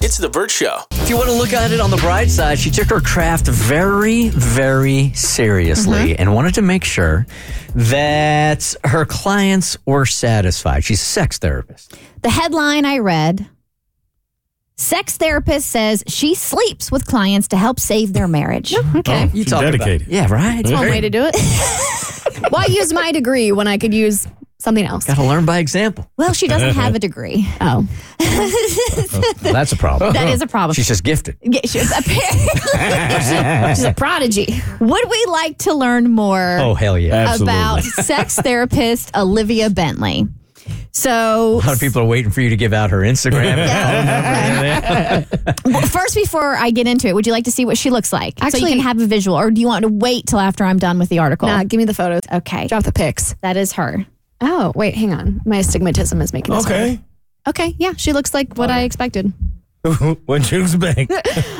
it's The Burt Show. If you want to look at it on the bright side, she took her craft very, very seriously and wanted to make sure that her clients were satisfied. She's a sex therapist. The headline I read Sex therapist says she sleeps with clients to help save their marriage. Okay. You She's talk about- dedicated. yeah, right. One way to do it. Why use my degree when I could use something else? Got to learn by example. Well, she doesn't have a degree. Oh. Well, that's a problem. That is a problem. She's just gifted. Yeah, she's apparently she's a prodigy. Would we like to learn more Oh hell yeah! Absolutely. about sex therapist Olivia Bentley? So A lot of people are waiting for you to give out her Instagram. Well, first, before I get into it, would you like to see what she looks like? so Actually- you can have a visual, or do you want to wait till after I'm done with the article? Nah, give me the photos. okay, Drop the pics. that is her. Oh, wait, hang on. My astigmatism is making this hard. Okay. Okay, yeah, she looks like what I expected. What'd you expect?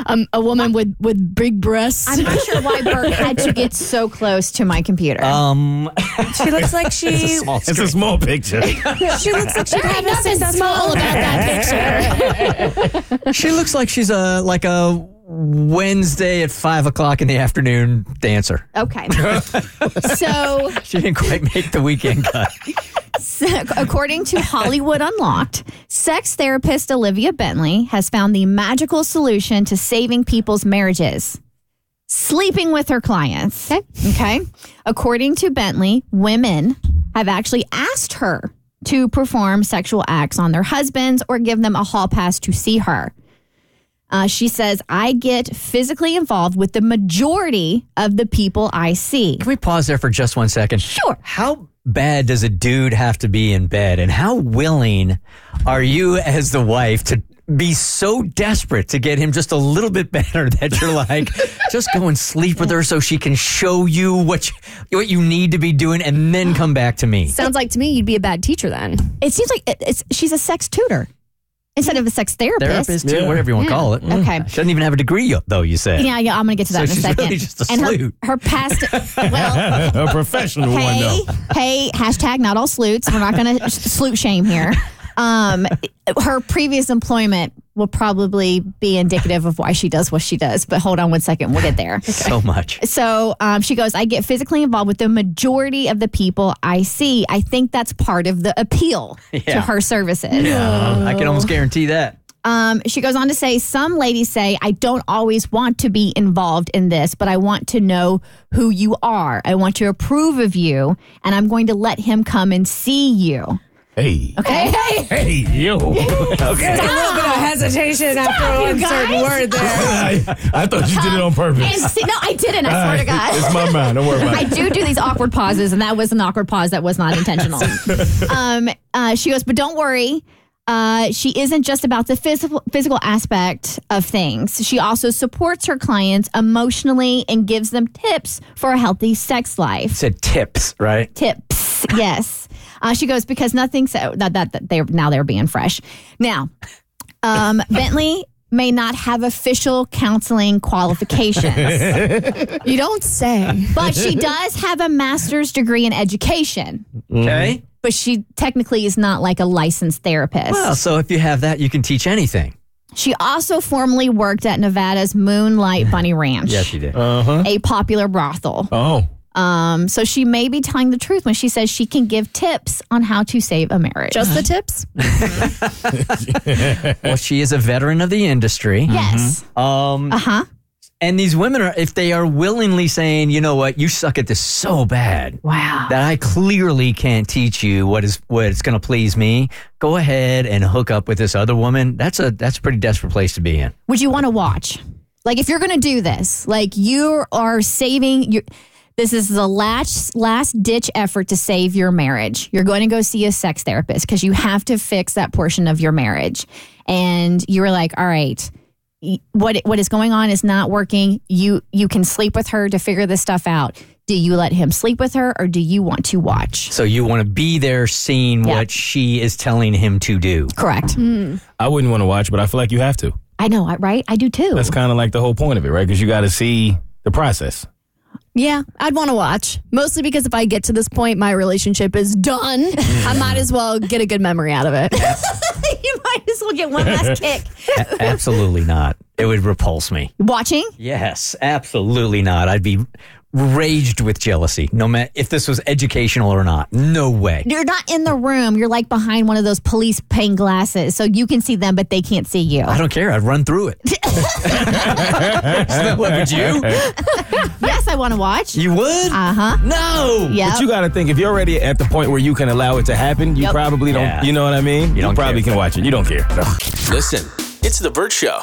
Um, a woman with with big breasts. I'm not sure why Burke had to get so close to my computer. Um, She looks like she small It's a screen. small picture. she looks like she There ain't had a nothing successful small about that picture. she looks like she's a like a Wednesday at five o'clock in the afternoon dancer. Okay. so, She didn't quite make the weekend cut. so according to Hollywood Unlocked, sex therapist Olivia Bentley has found the magical solution to saving people's marriages. Sleeping with her clients. Okay. Okay. According to Bentley, women have actually asked her to perform sexual acts on their husbands or give them a hall pass to see her. Uh, she says, I get physically involved with the majority of the people I see. Can we pause there for just one second? Sure. How bad does a dude have to be in bed? And how willing are you as the wife to be so desperate to get him just a little bit better that you're like, just go and sleep with her so she can show you what you, what you need to be doing and then come back to me? Sounds like to me you'd be a bad teacher then. It seems like it, it's, she's a sex tutor instead of a sex therapist. Therapist, too, Yeah. whatever you want to call it. Okay. She doesn't even have a degree, though, you said. Yeah, yeah, I'm going to get to that So in a she's second. really just a and her, sleuth. her past, well, a professional one, hey, though. hey, hashtag not all sleuts. We're not going to sloot shame here. Um, her previous employment will probably be indicative of why she does what she does. But hold on one second, we'll get there. So much. So um, she goes, I get physically involved with the majority of the people I see. I think that's part of the appeal to Yeah. her services. Yeah, I can almost guarantee that. Um, she goes on to say, Some ladies say, I don't always want to be involved in this, but I want to know who you are. I want to approve of you, and I'm going to let him come and see you. Hey. Okay. Hey, yo. There's a little bit of hesitation after one certain word there. I, I thought you did it on And purpose. see, no, I didn't. I swear to God. It's my mind. Don't worry about I it. do do these awkward pauses, and that was an awkward pause that was not intentional. um, uh, she goes, but don't worry. Uh, she isn't just about the physical physical aspect of things. She also supports her clients emotionally and gives them tips for a healthy sex life. Said tips, right? Tips, yes. Uh, she goes because nothing. So that that, that they now they're being fresh. Now, um, Bentley may not have official counseling qualifications. You don't say. but she does have a master's degree in education. Okay. But she technically is not like a licensed therapist. Well, so if you have that, you can teach anything. She also formerly worked at Nevada's Moonlight Bunny Ranch, Yes, you did. a popular brothel. Oh. Um, so she may be telling the truth when she says she can give tips on how to save a marriage. Just the tips? well, she is a veteran of the industry. yes. Um, Uh huh. And these women are, if they are willingly saying, you know what, you suck at this so bad Wow. that I clearly can't teach you what is what it's going to please me. Go ahead and hook up with this other woman. That's a that's a pretty desperate place to be in. Would you want to watch? Like, if you're going to do this, like you are saving your. This is the last last ditch effort to save your marriage. You're going to go see a sex therapist because you have to fix that portion of your marriage. And you were like, all right, y- what what is going on is not working. You you can sleep with her to figure this stuff out. Do you let him sleep with her or do you want to watch? So you want to be there, seeing Yeah. what she is telling him to do. Correct. I wouldn't want to watch, but I feel like you have to. I know, I- right? I do too. That's kind of like the whole point of it, right? Because you got to see the process. Yeah, I'd want to watch. Mostly because if I get to this point, my relationship is done. I might as well get a good memory out of it. you might as well get one last kick. A- absolutely not. It would repulse me. Watching? Yes, absolutely not. I'd be raged with jealousy. No matter if this was educational or not. No way. You're not in the room. You're like behind one of those police pane glasses, so you can see them, but they can't see you. I don't care. I'd run through it. What, would you? Yes, I want to watch. You would? Uh huh. no. Yeah. But you got to think if you're already at the point where you can allow it to happen, you probably don't. Yeah. You know what I mean? You, don't probably care. can watch it. You don't care. No. Listen, it's The Burt Show.